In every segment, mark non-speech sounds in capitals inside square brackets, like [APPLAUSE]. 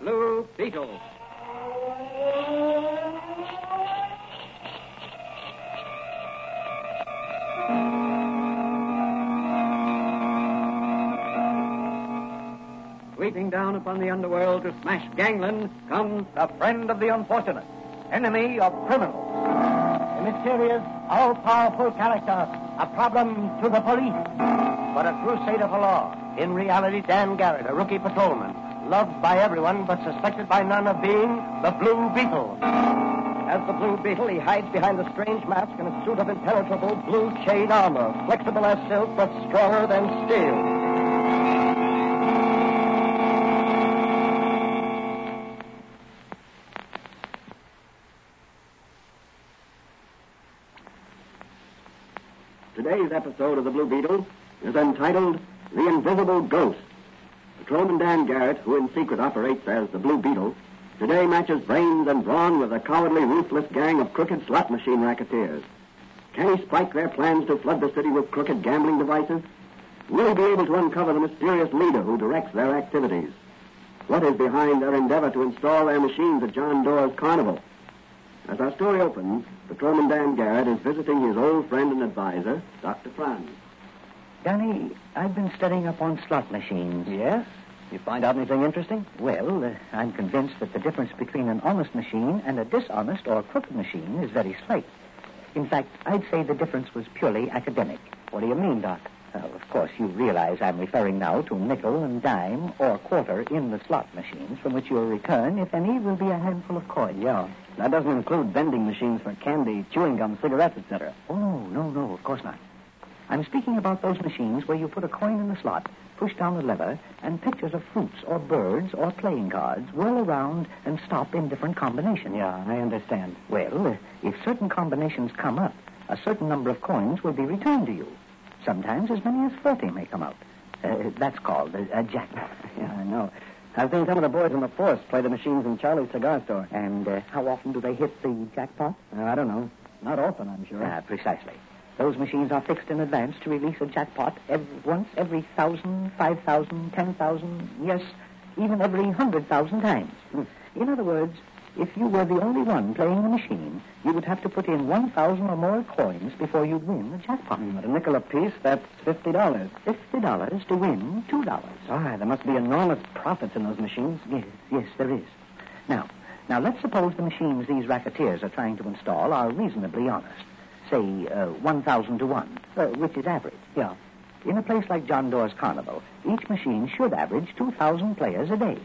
Blue Beetle. Sweeping down upon the underworld to smash gangland comes the friend of the unfortunate, enemy of criminals. A mysterious, all powerful character, a problem to the police. But a crusader for law. In reality, Dan Garrett, a rookie patrolman, loved by everyone but suspected by none of being the Blue Beetle. As the Blue Beetle, he hides behind a strange mask and a suit of impenetrable blue chain armor, flexible as silk but stronger than steel. Today's episode of The Blue Beetle is entitled The Invisible Ghost. Patrolman Dan Garrett, who in secret operates as the Blue Beetle, today matches brains and brawn with a cowardly, ruthless gang of crooked slot machine racketeers. Can he spike their plans to flood the city with crooked gambling devices? Will he be able to uncover the mysterious leader who directs their activities? What is behind their endeavor to install their machines at John Doer's carnival? As our story opens, Patrolman Dan Garrett is visiting his old friend and advisor, Dr. Franz. Danny, I've been studying up on slot machines. Yes? You find out anything interesting? Well, uh, I'm convinced that the difference between an honest machine and a dishonest or crooked machine is very slight. In fact, I'd say the difference was purely academic. What do you mean, Doc? Well, of course, you realize I'm referring now to nickel and dime or quarter in the slot machines from which your return, if any, will be a handful of coin. Yeah. That doesn't include vending machines for candy, chewing gum, cigarettes, etc. Oh, no, no, of course not. I'm speaking about those machines where you put a coin in the slot, push down the lever, and pictures of fruits or birds or playing cards whirl around and stop in different combinations. Yeah, I understand. Well, uh, if certain combinations come up, a certain number of coins will be returned to you. Sometimes as many as 40 may come out. Uh, that's called a, a jackpot. [LAUGHS] Yeah, I know. I've seen some of the boys in the force play the machines in Charlie's cigar store. And uh, how often do they hit the jackpot? Uh, I don't know. Not often, I'm sure. Ah, precisely. Those machines are fixed in advance to release a jackpot every, once every thousand, five thousand, ten thousand, yes, even every hundred thousand times. In other words, if you were the only one playing the machine, you would have to put in one thousand or more coins before you'd win the jackpot. Hmm, But a nickel apiece, that's fifty dollars. Fifty dollars to win two dollars. Ah, there must be enormous profits in those machines. Yes, yes, there is. Now, now let's suppose the machines these racketeers are trying to install are reasonably honest. Say uh, one thousand to one, uh, which is average. Yeah. In a place like John Doer's Carnival, each machine should average two thousand players a day.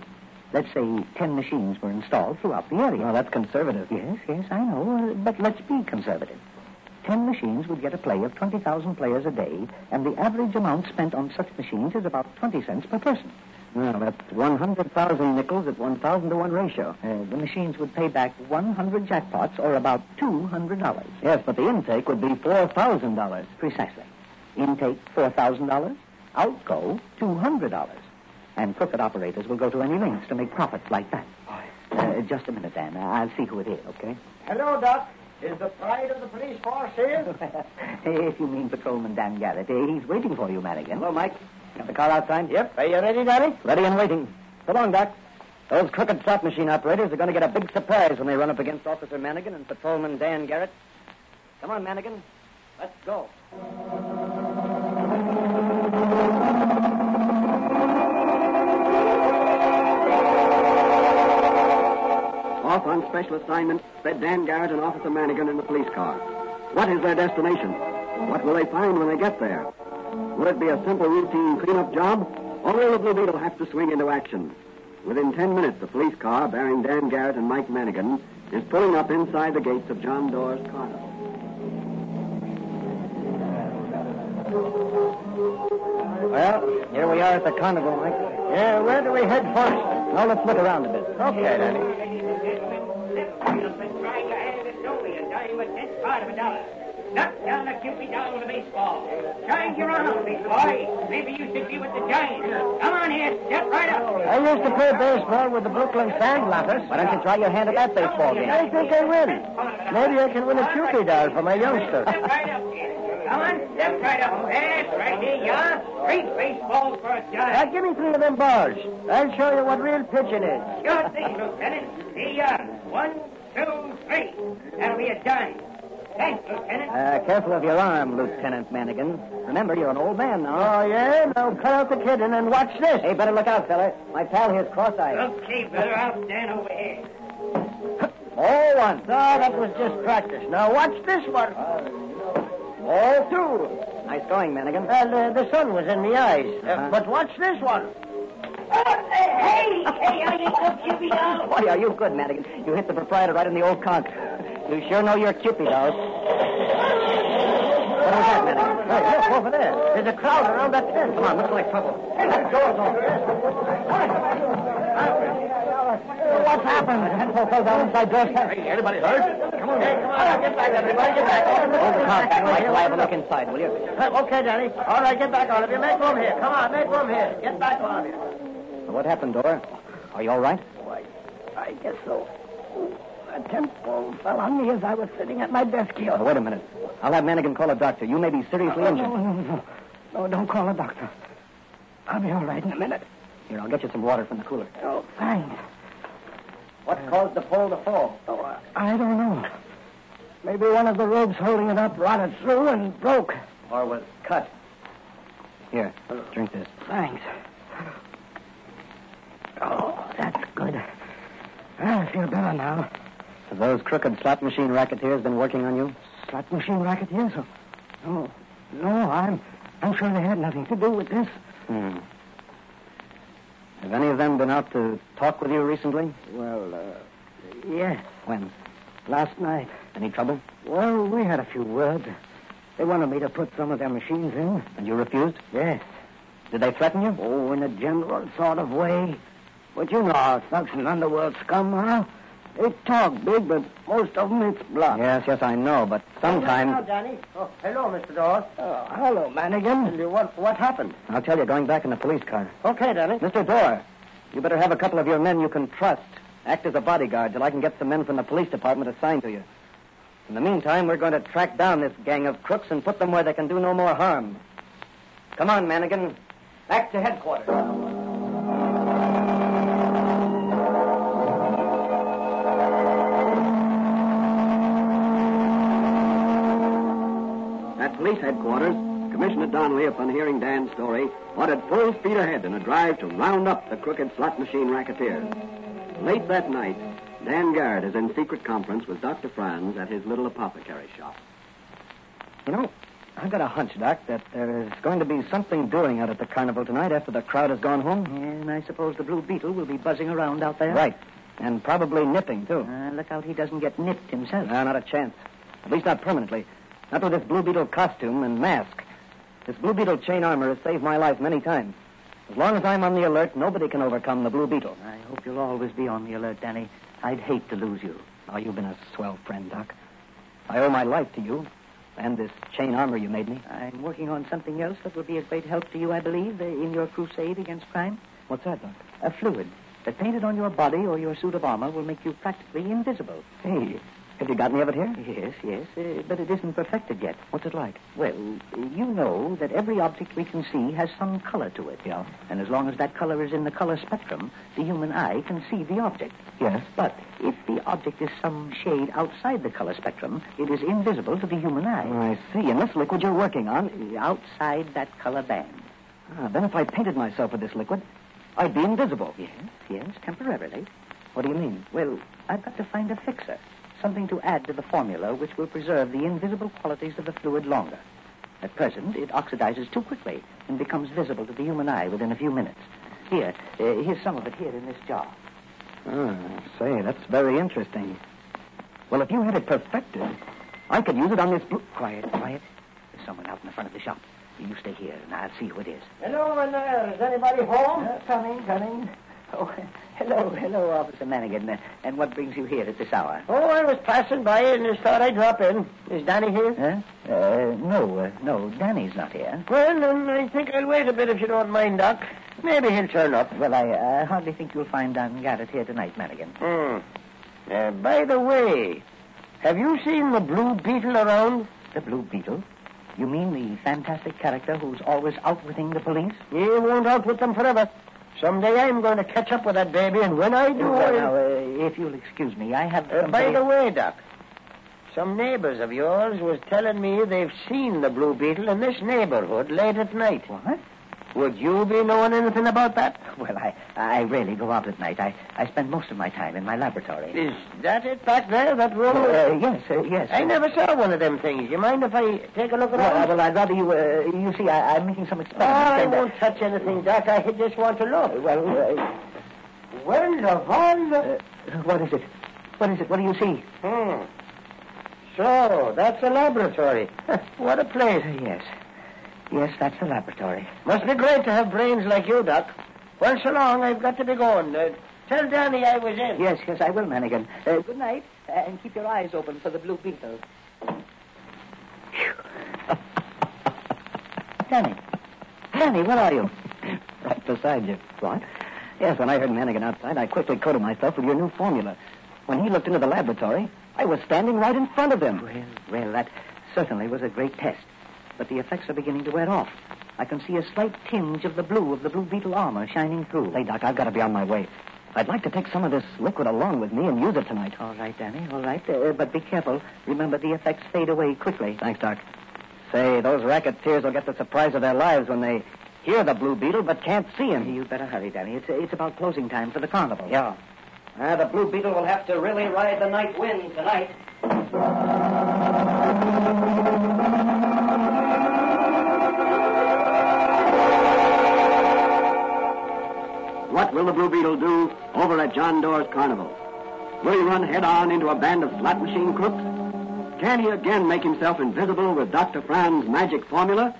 Let's say ten machines were installed throughout the area. Well, that's conservative. Yes, yes, I know, uh, but let's be conservative. Ten machines would get a play of 20,000 players a day, and the average amount spent on such machines is about 20 cents per person. Well, that's 100,000 nickels at 1,000 to 1 ratio. Uh, the machines would pay back 100 jackpots, or about $200. Yes, but the intake would be $4,000. Precisely. Intake, $4,000. Outgo, $200. And crooked operators will go to any lengths to make profits like that. Uh, just a minute, Dan. I'll see who it is, okay? Hello, Doc. Is the pride of the police force here? [LAUGHS] if you mean Patrolman Dan Garrett, eh, he's waiting for you, Madigan. Hello, Mike. Got the car outside? Yep. Are you ready, Daddy? Ready and waiting. So long, Doc. Those crooked slot machine operators are going to get a big surprise when they run up against Officer Manigan and Patrolman Dan Garrett. Come on, Manigan. Let's go. Off on special assignment, sped Dan Garrett and Officer Manigan in the police car. What is their destination? What will they find when they get there? Will it be a simple routine cleanup job, or will the Blue Beetle have to swing into action? Within ten minutes, the police car bearing Dan Garrett and Mike Manigan is pulling up inside the gates of John Doer's carnival. Well, here we are at the carnival, Mike. Yeah, where do we head first? Now let's look around a bit. Okay, Daddy. Knock down a cupid down with a baseball. Try your arm, big boy. Maybe you should be with the Giants. Come on here, step right up. I used to play baseball with the Brooklyn Sandlotters. Why don't you try your hand at that baseball game? I think I win. Maybe I can win a cupid doll for my youngster. Step right up, kid. Come on, step right up. That's right, there you are. Three baseballs for a Now, dime. give me three of them balls. I'll show you what real pitching is. Sure thing, Lieutenant. Here you are. One, two, three. That'll be a dime. Thanks, Lieutenant. Uh, careful of your arm, Lieutenant Manigan. Remember, you're an old man now. Oh, yeah? Now cut out the kidding and watch this. Hey, better look out, fella. My pal here's cross-eyed. Okay, brother, I'll stand over here. Oh, one. No, that was just practice. Now watch this one. Oh, two. Nice going, Manigan. Well, uh, the sun was in the eyes. Uh, Uh-huh. But watch this one. Oh, hey, hey, are you so [LAUGHS] chippy down? Boy, are you good, Madigan. You hit the proprietor right in the old conch. You sure know your cupid out. What was that, Madigan? Hey, look over there. There's a crowd around that tent. Come on, looks like trouble. That door's open. What's happened? The tent fell down inside Joe's tent. Hey, anybody hurt? Come on, hey, come on, get back, everybody, get back. Old conch, you might liable look inside, will you? Okay, Danny. All right, get back, all of you. Make room here. Come on, make room here. Get back, all of you. What happened, Dora? Are you all right? I guess so. A tent pole fell on me as I was sitting at my desk here. Oh, wait a minute. I'll have Madigan call a doctor. You may be seriously injured. no, no. Oh, No, don't call a doctor. I'll be all right in a minute. Here, I'll get you some water from the cooler. Oh, thanks. What caused the pole to fall? I don't know. Maybe one of the ropes holding it up rotted through and broke. Or was cut? Here, drink this. Thanks. Oh, that's good. I feel better now. Have those crooked slot machine racketeers been working on you? Slot machine racketeers? Oh, no, no, I'm, I'm sure they had nothing to do with this. Hmm. Have any of them been out to talk with you recently? Well, uh, yes. When? Last night. Any trouble? Well, we had a few words. They wanted me to put some of their machines in. And you refused? Yes. Did they threaten you? Oh, in a general sort of way. But you know how thugs and underworld scum are. They talk big, but most of them it's bluff. Yes, yes, I know, but sometimes. Danny. Oh, hello, Mr. Dawes. Oh, hello, Manigan. What, what happened? I'll tell you, going back in the police car. Okay, Danny. Mr. Dorr, you better have a couple of your men you can trust. Act as a bodyguard till I can get some men from the police department assigned to you. In the meantime, we're going to track down this gang of crooks and put them where they can do no more harm. Come on, Manigan. Back to headquarters. At police headquarters, Commissioner Donnelly, upon hearing Dan's story, ordered full speed ahead in a drive to round up the crooked slot machine racketeers. Late that night, Dan Garrett is in secret conference with Dr. Franz at his little apothecary shop. You know, I've got a hunch, Doc, that there's going to be something doing out at the carnival tonight after the crowd has gone home. And I suppose the blue beetle will be buzzing around out there. Right. And probably nipping, too. Uh, look out he doesn't get nipped himself. No, not a chance. At least not permanently. Not with this Blue Beetle costume and mask. This Blue Beetle chain armor has saved my life many times. As long as I'm on the alert, nobody can overcome the Blue Beetle. I hope you'll always be on the alert, Danny. I'd hate to lose you. Oh, you've been a swell friend, Doc. I owe my life to you and this chain armor you made me. I'm working on something else that will be a great help to you, I believe, uh, in your crusade against crime. What's that, Doc? A fluid that painted on your body or your suit of armor will make you practically invisible. Hey, have you got any of it here? Yes, yes, uh, but it isn't perfected yet. What's it like? Well, you know that every object we can see has some color to it. Yeah. And as long as that color is in the color spectrum, the human eye can see the object. Yes. But if the object is some shade outside the color spectrum, it is invisible to the human eye. I see. And this liquid you're working on. Outside that color band. Ah, then if I painted myself with this liquid, I'd be invisible. Yes, yes, temporarily. What do you mean? Well, I've got to find a fixer, something to add to the formula which will preserve the invisible qualities of the fluid longer. At present, it oxidizes too quickly and becomes visible to the human eye within a few minutes. Here, uh, here's some of it here in this jar. Ah, say, that's very interesting. Well, if you had it perfected, I could use it on this blue. Quiet, quiet. There's someone out in the front of the shop. You stay here, and I'll see who it is. Uh, Hello in there. Is anybody home? coming, coming. Oh, [LAUGHS] hello, hello, Officer Manigan. Uh, and what brings you here at this hour? Oh, I was passing by and just thought I'd drop in. Is Danny here? Huh? Uh, no, uh, no, Danny's not here. Well, then I think I'll wait a bit if you don't mind, Doc. Maybe he'll turn up. Well, I uh, hardly think you'll find Don Garrett here tonight, Madigan. Hmm. Uh, by the way, have you seen the blue beetle around? The Blue Beetle? You mean the fantastic character who's always outwitting the police? He won't outwit them forever. Someday I'm going to catch up with that baby, and when I do, Well, I'll- now, uh, if you'll excuse me, I have. Uh, by somebody- the way, Doc, some neighbors of yours was telling me they've seen the blue beetle in this neighborhood late at night. What? Would you be knowing anything about that? Well, I, I rarely go out at night. I, I spend most of my time in my laboratory. Is that it back there, that room? Uh, yes, uh, yes. I never saw one of them things. You mind if I take a look Well, around? uh, well, I'd rather you. Uh, you see, I, I'm making some Oh, experiments. I Ah, and, uh, won't touch anything, Doc. I just want to look. well, uh, well, of all the... uh, what is it? What is it? What do you see? Hmm. So, that's [LAUGHS] a laboratory. what a place. Uh, yes, yes, that's the laboratory. Must be great to have brains like you, Doc. Well, so long. I've got to be going. Uh, tell Danny I was in. Yes, yes, I will, Manigan. Uh, good night, uh, and keep your eyes open for the blue beetle. Phew. [LAUGHS] Danny, Danny, where are you? [CLEARS THROAT] Right beside you. What? Yes, when I heard Manigan outside, I quickly coated myself with your new formula. When he looked into the laboratory, I was standing right in front of him. Well, well, that certainly was a great test. But the effects are beginning to wear off. I can see a slight tinge of the blue of the blue beetle armor shining through. Hey, Doc, I've got to be on my way. I'd like to take some of this liquid along with me and use it tonight. All right, Danny, all right. Uh, but be careful. Remember, the effects fade away quickly. Thanks, Doc. Say, those racketeers will get the surprise of their lives when they hear the blue beetle but can't see him. You better hurry, Danny. It's, it's about closing time for the carnival. Yeah. Ah, the blue beetle will have to really ride the night wind tonight. What will the Blue Beetle do over at John Doerr's carnival? Will he run head on into a band of slot machine crooks? Can he again make himself invisible with Dr. Fran's magic formula?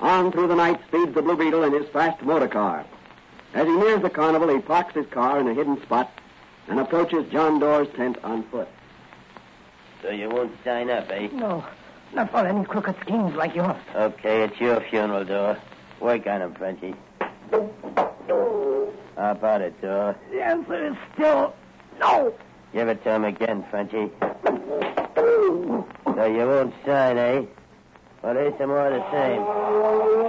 On through the night speeds the Blue Beetle in his fast motor car. As he nears the carnival, he parks his car in a hidden spot and approaches John Doerr's tent on foot. So you won't sign up, eh? No, not for any crooked schemes like yours. Okay, it's your funeral, Dora. Work on him, Frenchie. How about it, Dora? The answer is still no. Give it to him again, Frenchie. So you won't sign, eh? Well, there's some more of the same.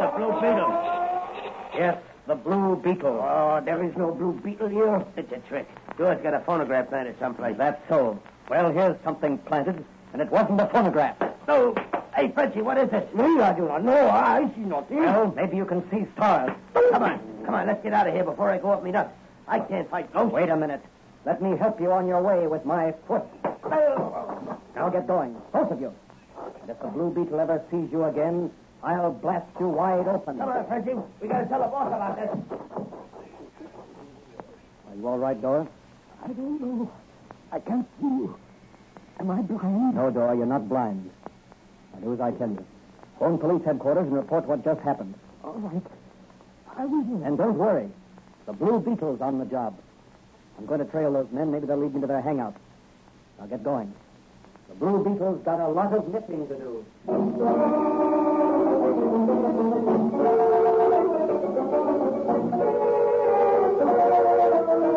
The blue beetle. Yes, the blue beetle. Oh, there is no blue beetle here. It's a trick. Dora's got a phonograph planted someplace. That's so. Well, here's something planted, and it wasn't a phonograph. No. Hey, Frenchie, what is it? Me, I do not know. I see nothing. Well, maybe you can see stars. come on. Come on, let's get out of here before I go up me nuts. I can't fight ghosts. Wait a minute. Let me help you on your way with my foot. Now get going, both of you. And if the blue beetle ever sees you again, I'll blast you wide open. Come on, Frenchie. We gotta tell the boss about this. Are you all right, Dora? I don't know. I can't see. Am I blind? No, Dora, you're not blind. Now do as I tell you. Phone police headquarters and report what just happened. All right. I will. And don't worry. The blue beetle's on the job. I'm going to trail those men. Maybe they'll lead me to their hangout. Now get going. The blue beetle's got a lot of nipping to do.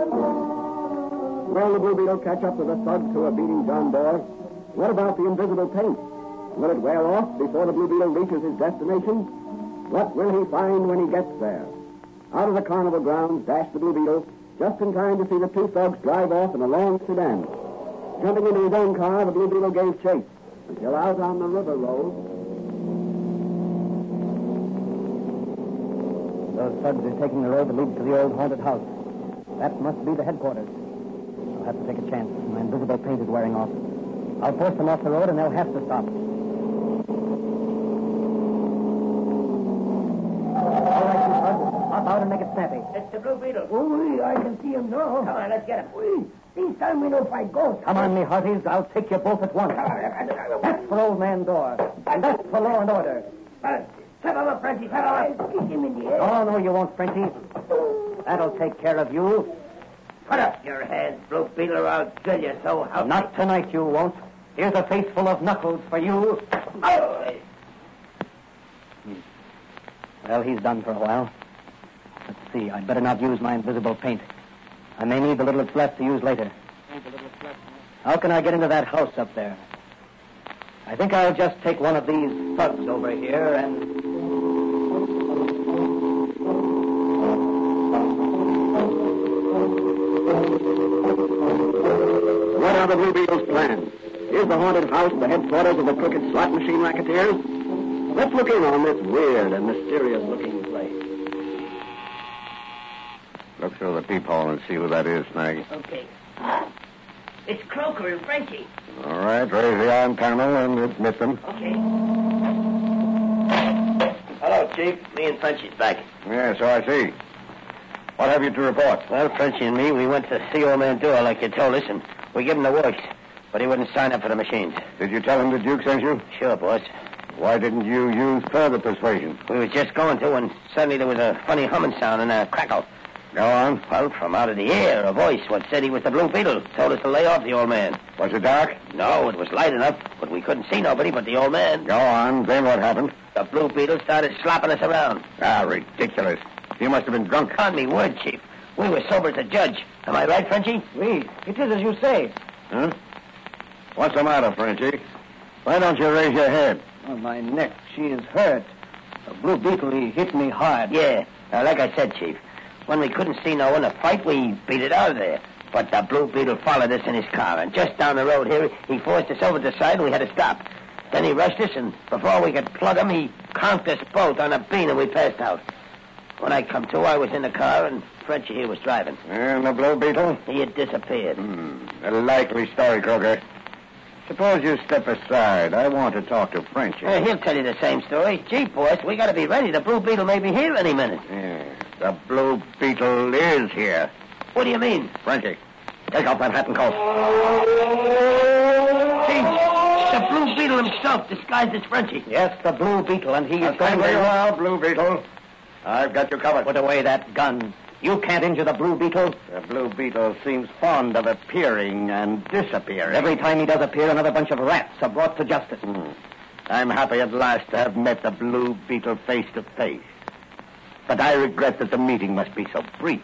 Will the Blue Beetle catch up with the thugs who are beating John Doerr? What about the invisible paint? Will it wear off before the Blue Beetle reaches his destination? What will he find when he gets there? Out of the carnival grounds dashed the Blue Beetle, just in time to see the two thugs drive off in a long sedan. Jumping into his own car, the Blue Beetle gave chase until out on the river road. Those thugs are taking the road that leads to the old haunted house. That must be the headquarters. I'll have to take a chance. My invisible paint is wearing off. I'll force them off the road, and they'll have to stop. All right, you thugs. Hop out and make it snappy. It's the blue beetle. Ooh, I can see him now. Come on, let's get him. Ooh, this time we know fight ghosts. Come on, me hearties. I'll take you both at once. That's for old man Door. And that's for law and order. Set him up, Frenchie. Set him up. Kick him in the head. Oh, no, you won't, Frenchie. That'll take care of you. Put up your hands, blue beetle, or I'll drill you so help me- Not tonight, you won't. Here's a face full of knuckles for you. Oh! Well, he's done for a while. Let's see, I'd better not use my invisible paint. I may need the little that's left to use later. How can I get into that house up there? I think I'll just take one of these thugs over here and. What are the Blue Beetle's plans? Is the haunted house the headquarters of the crooked slot machine racketeers? Let's look in on this weird and mysterious looking place. Look through the peephole and see who that is, Snag. Okay. It's Croker and Frenchie. All right, raise the arm, Colonel, and admit them. Okay. Hello, Chief. Me and Frenchie's back. Yeah, so I see. What have you to report? Well, Frenchie and me, we went to see old man Dewar like you told us, and we give him the works. But he wouldn't sign up for the machines. Did you tell him the Duke sent you? Sure, boss. Why didn't you use further persuasion? We was just going to when suddenly there was a funny humming sound and a crackle. Go on. Well, from out of the air, a voice what said he was the Blue Beetle told us to lay off the old man. Was it dark? No, it was light enough, but we couldn't see nobody but the old man. Go on. Then what happened? The Blue Beetle started slapping us around. Ah, ridiculous. You must have been drunk. On me word, Chief. We were sober as a judge. Am I right, Frenchie? Reed, it is as you say. Huh? What's the matter, Frenchie? Why don't you raise your head? Well, Oh, my neck, she is hurt. The blue beetle, he hit me hard. Yeah. Now, like I said, Chief, when we couldn't see no one to fight, we beat it out of there. But the Blue Beetle followed us in his car, and just down the road here, he forced us over to the side, and we had to stop. Then he rushed us, and before we could plug him, he conked us both on a bean, and we passed out. When I come to, I was in the car, and Frenchie here was driving. And the Blue Beetle? He had disappeared. Hmm. A likely story, Croker. Suppose you step aside. I want to talk to Frenchie. Uh, he'll tell you the same story. Gee, boss, we gotta be ready. The Blue Beetle may be here any minute. Yeah. The Blue Beetle is here. What do you mean? Frenchie, take off that hat and coat. Gee, the Blue Beetle himself disguised as Frenchie. Yes, the Blue Beetle, and he Now, is stand going where you to are, Blue Beetle. I've got you covered. put away that gun. You can't injure the Blue Beetle. The Blue Beetle seems fond of appearing and disappearing. Every time he does appear, another bunch of rats are brought to justice. Hmm. I'm happy at last to have met the Blue Beetle face to face. But I regret that the meeting must be so brief.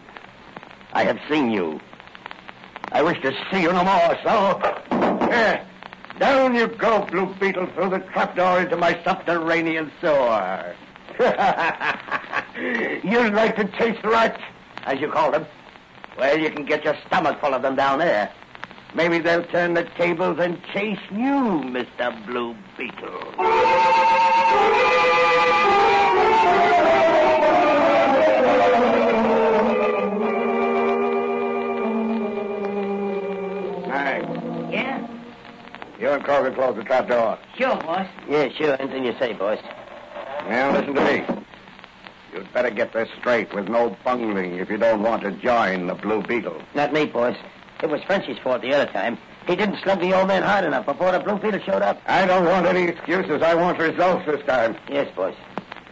I have seen you. I wish to see you no more, so. Here, down you go, Blue Beetle, through the trapdoor into my subterranean sewer. [LAUGHS] you like to chase rats, as you call them. Well, you can get your stomach full of them down there. Maybe they'll turn the tables and chase you, Mr. Blue Beetle. Hey, Yeah? you and Croker close the trap door. Sure, boss. Yeah, sure. Anything you say, boss. Now, listen to me. You'd better get this straight with no bungling if you don't want to join the Blue Beetle. Not me, boss. It was Frenchie's fault the other time. He didn't slug the old man hard enough before the Blue Beetle showed up. I don't want any excuses. I want results this time. Yes, boss.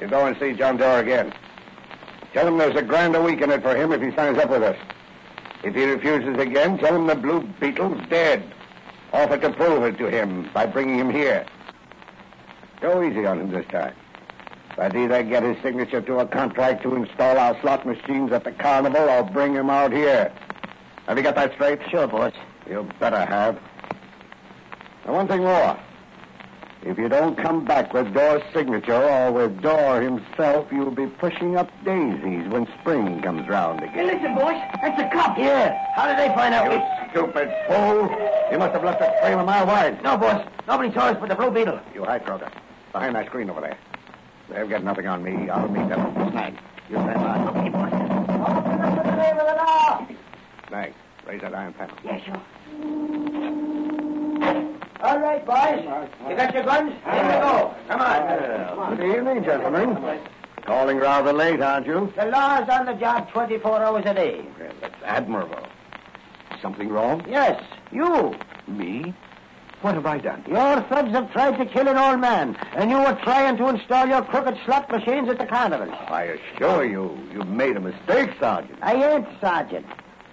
You go and see John Doerr again. Tell him there's a grand a week in it for him if he signs up with us. If he refuses again, tell him the Blue Beetle's dead. Offer to prove it to him by bringing him here. Go easy on him this time. But either get his signature to a contract to install our slot machines at the carnival or bring him out here. Have you got that straight? Sure, boss. You better have. And one thing more. If you don't come back with Dor's signature or with Dor himself, you'll be pushing up daisies when spring comes round again. Hey, listen, boys. That's a cop. Yeah. How did they find out? You we- stupid fool! You must have left that trail a mile wide. No, boss. Nobody saw us but the Blue Beetle. You hide, Croker. Behind that screen over there. They've got nothing on me. I'll meet them. Snag. You stand by. Okay, boss. Snag. Raise that iron panel. Yeah, sure. All right, boys. You got your guns? Here we go. Come on. Well, good evening, gentlemen. Calling rather late, aren't you? The law's on the job 24 hours a day. Well, that's admirable. Something wrong? Yes, you. Me? What have I done? Your thugs have tried to kill an old man, and you were trying to install your crooked slot machines at the carnival. I assure you, you made a mistake, Sergeant. I ain't, Sergeant.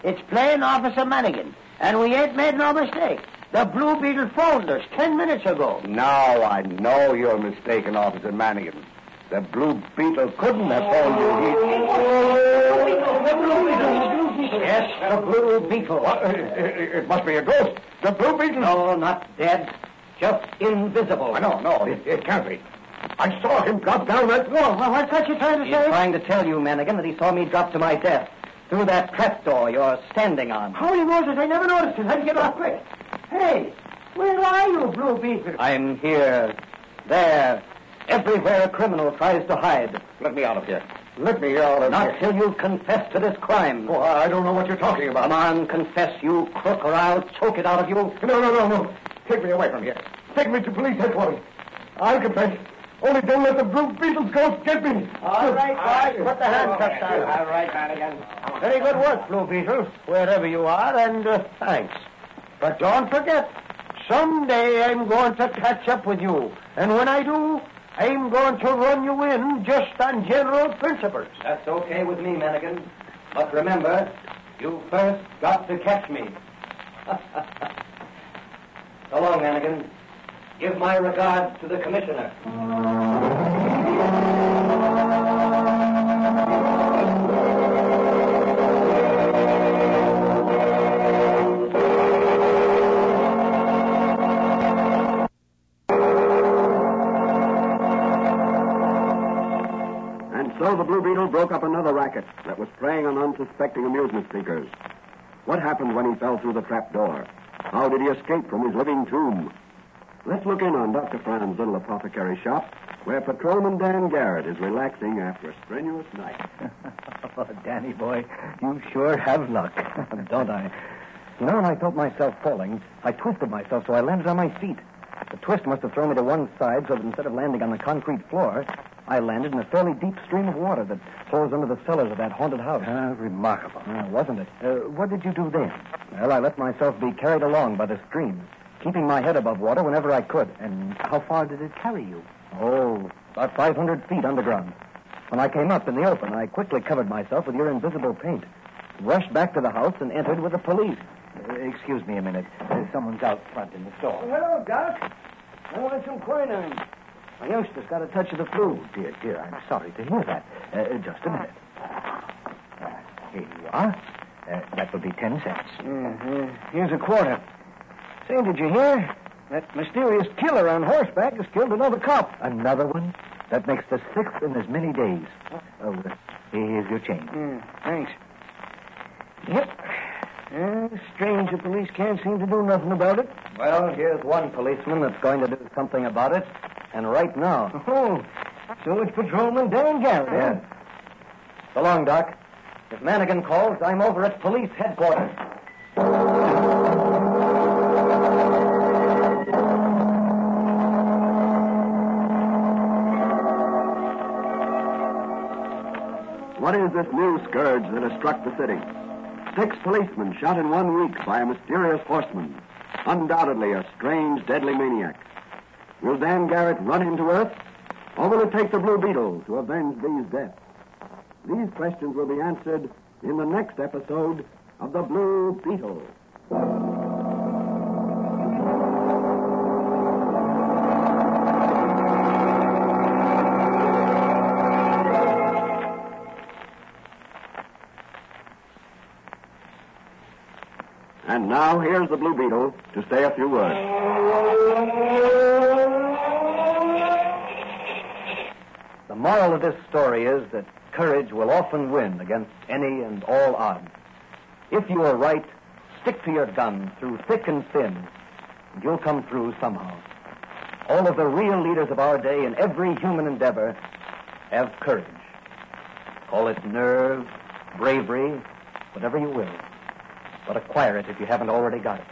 It's plain Officer Manigan, and we ain't made no mistake. The Blue Beetle phoned us ten minutes ago. Now I know you're mistaken, Officer Manigan. The Blue Beetle couldn't have phoned you. He... Yes, the Blue Beetle. It must be a ghost. The Blue Beetle. No, not dead. Just invisible. No, no, it, it can't be. I saw him drop down that wall. Well, what's that you're trying to He's say? trying to tell you, Manigan, that he saw me drop to my death through that trapdoor you're standing on. Holy Moses, I never noticed it. How'd you get off quick? Hey, where are you, Blue Beetle? I'm here, there, everywhere a criminal tries to hide. Let me out of here. Let me out of Not here. till you confess to this crime. Oh, I I don't know what you're talking about. Come on, confess, you crook, or I'll choke it out of you. No, no, no, no. Take me away from here. Take me to police headquarters. I'll confess. Only don't let the blue beetle's ghost get me. All right, boys, put the handcuffs on. All right, Madigan. Very good work, Blue Beetle, wherever you are, and uh, thanks. But don't forget, someday I'm going to catch up with you. And when I do, I'm going to run you in just on general principles. That's okay with me, Manigan. But remember, you first got to catch me. so long, Manigan. Give my regards to the commissioner. And so the Blue Beetle broke up another racket that was preying on unsuspecting amusement seekers. What happened when he fell through the trap door? How did he escape from his living tomb? Let's look in on Dr. Fran's little apothecary shop, where Patrolman Dan Garrett is relaxing after a strenuous night. [LAUGHS] oh, Danny boy, you sure have luck, [LAUGHS] don't I? You know, when I felt myself falling, I twisted myself so I landed on my feet. The twist must have thrown me to one side so that instead of landing on the concrete floor, I landed in a fairly deep stream of water that flows under the cellars of that haunted house. Ah, remarkable. wasn't it? Uh, what did you do then? Well, I let myself be carried along by the stream, keeping my head above water whenever I could. And how far did it carry you? Oh, about 500 feet underground. When I came up in the open, I quickly covered myself with your invisible paint, rushed back to the house, and entered with the police. Uh, excuse me a minute. Uh, someone's out front in the store. Hello, Doc. I want some quinine. My youngster's got a touch of the flu. Dear, dear, I'm sorry to hear that. Uh, just a minute. Uh, here you are. Uh, that will be ten cents. Uh, Here's a quarter. Say, did you hear? That mysterious killer on horseback has killed another cop. Another one? That makes the sixth in as many days. Oh, uh, here's your change. Mm, thanks. Yep. Uh, strange the police can't seem to do nothing about it. Well, here's one policeman that's going to do something about it, and right now. Oh, so it's Patrolman Dan Garrett. Yes. So long, Doc. If Manigan calls, I'm over at police headquarters. What is this new scourge that has struck the city? Six policemen shot in one week by a mysterious horseman. Undoubtedly a strange, deadly maniac. Will Dan Garrett run him to earth? Or will it take the Blue Beetle to avenge these deaths? These questions will be answered in the next episode of The Blue Beetle. And now here's the Blue Beetle to say a few words. The moral of this story is that courage will often win against any and all odds. If you are right, stick to your gun through thick and thin, and you'll come through somehow. All of the real leaders of our day in every human endeavor have courage. Call it nerve, bravery, whatever you will. But acquire it if you haven't already got it.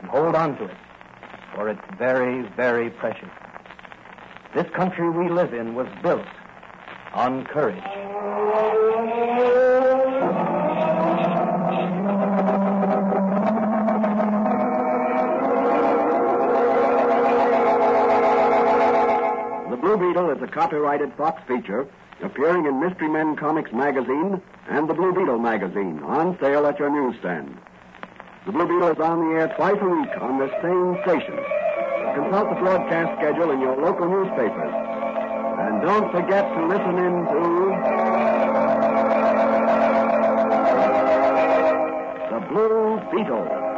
And hold on to it, for it's very, very precious. This country we live in was built on courage. The Blue Beetle is a copyrighted Fox feature appearing in Mystery Men Comics magazine and the Blue Beetle magazine on sale at your newsstand. The Blue Beetle is on the air twice a week on this same station. Consult the broadcast schedule in your local newspapers. And don't forget to listen in to The Blue Beetle.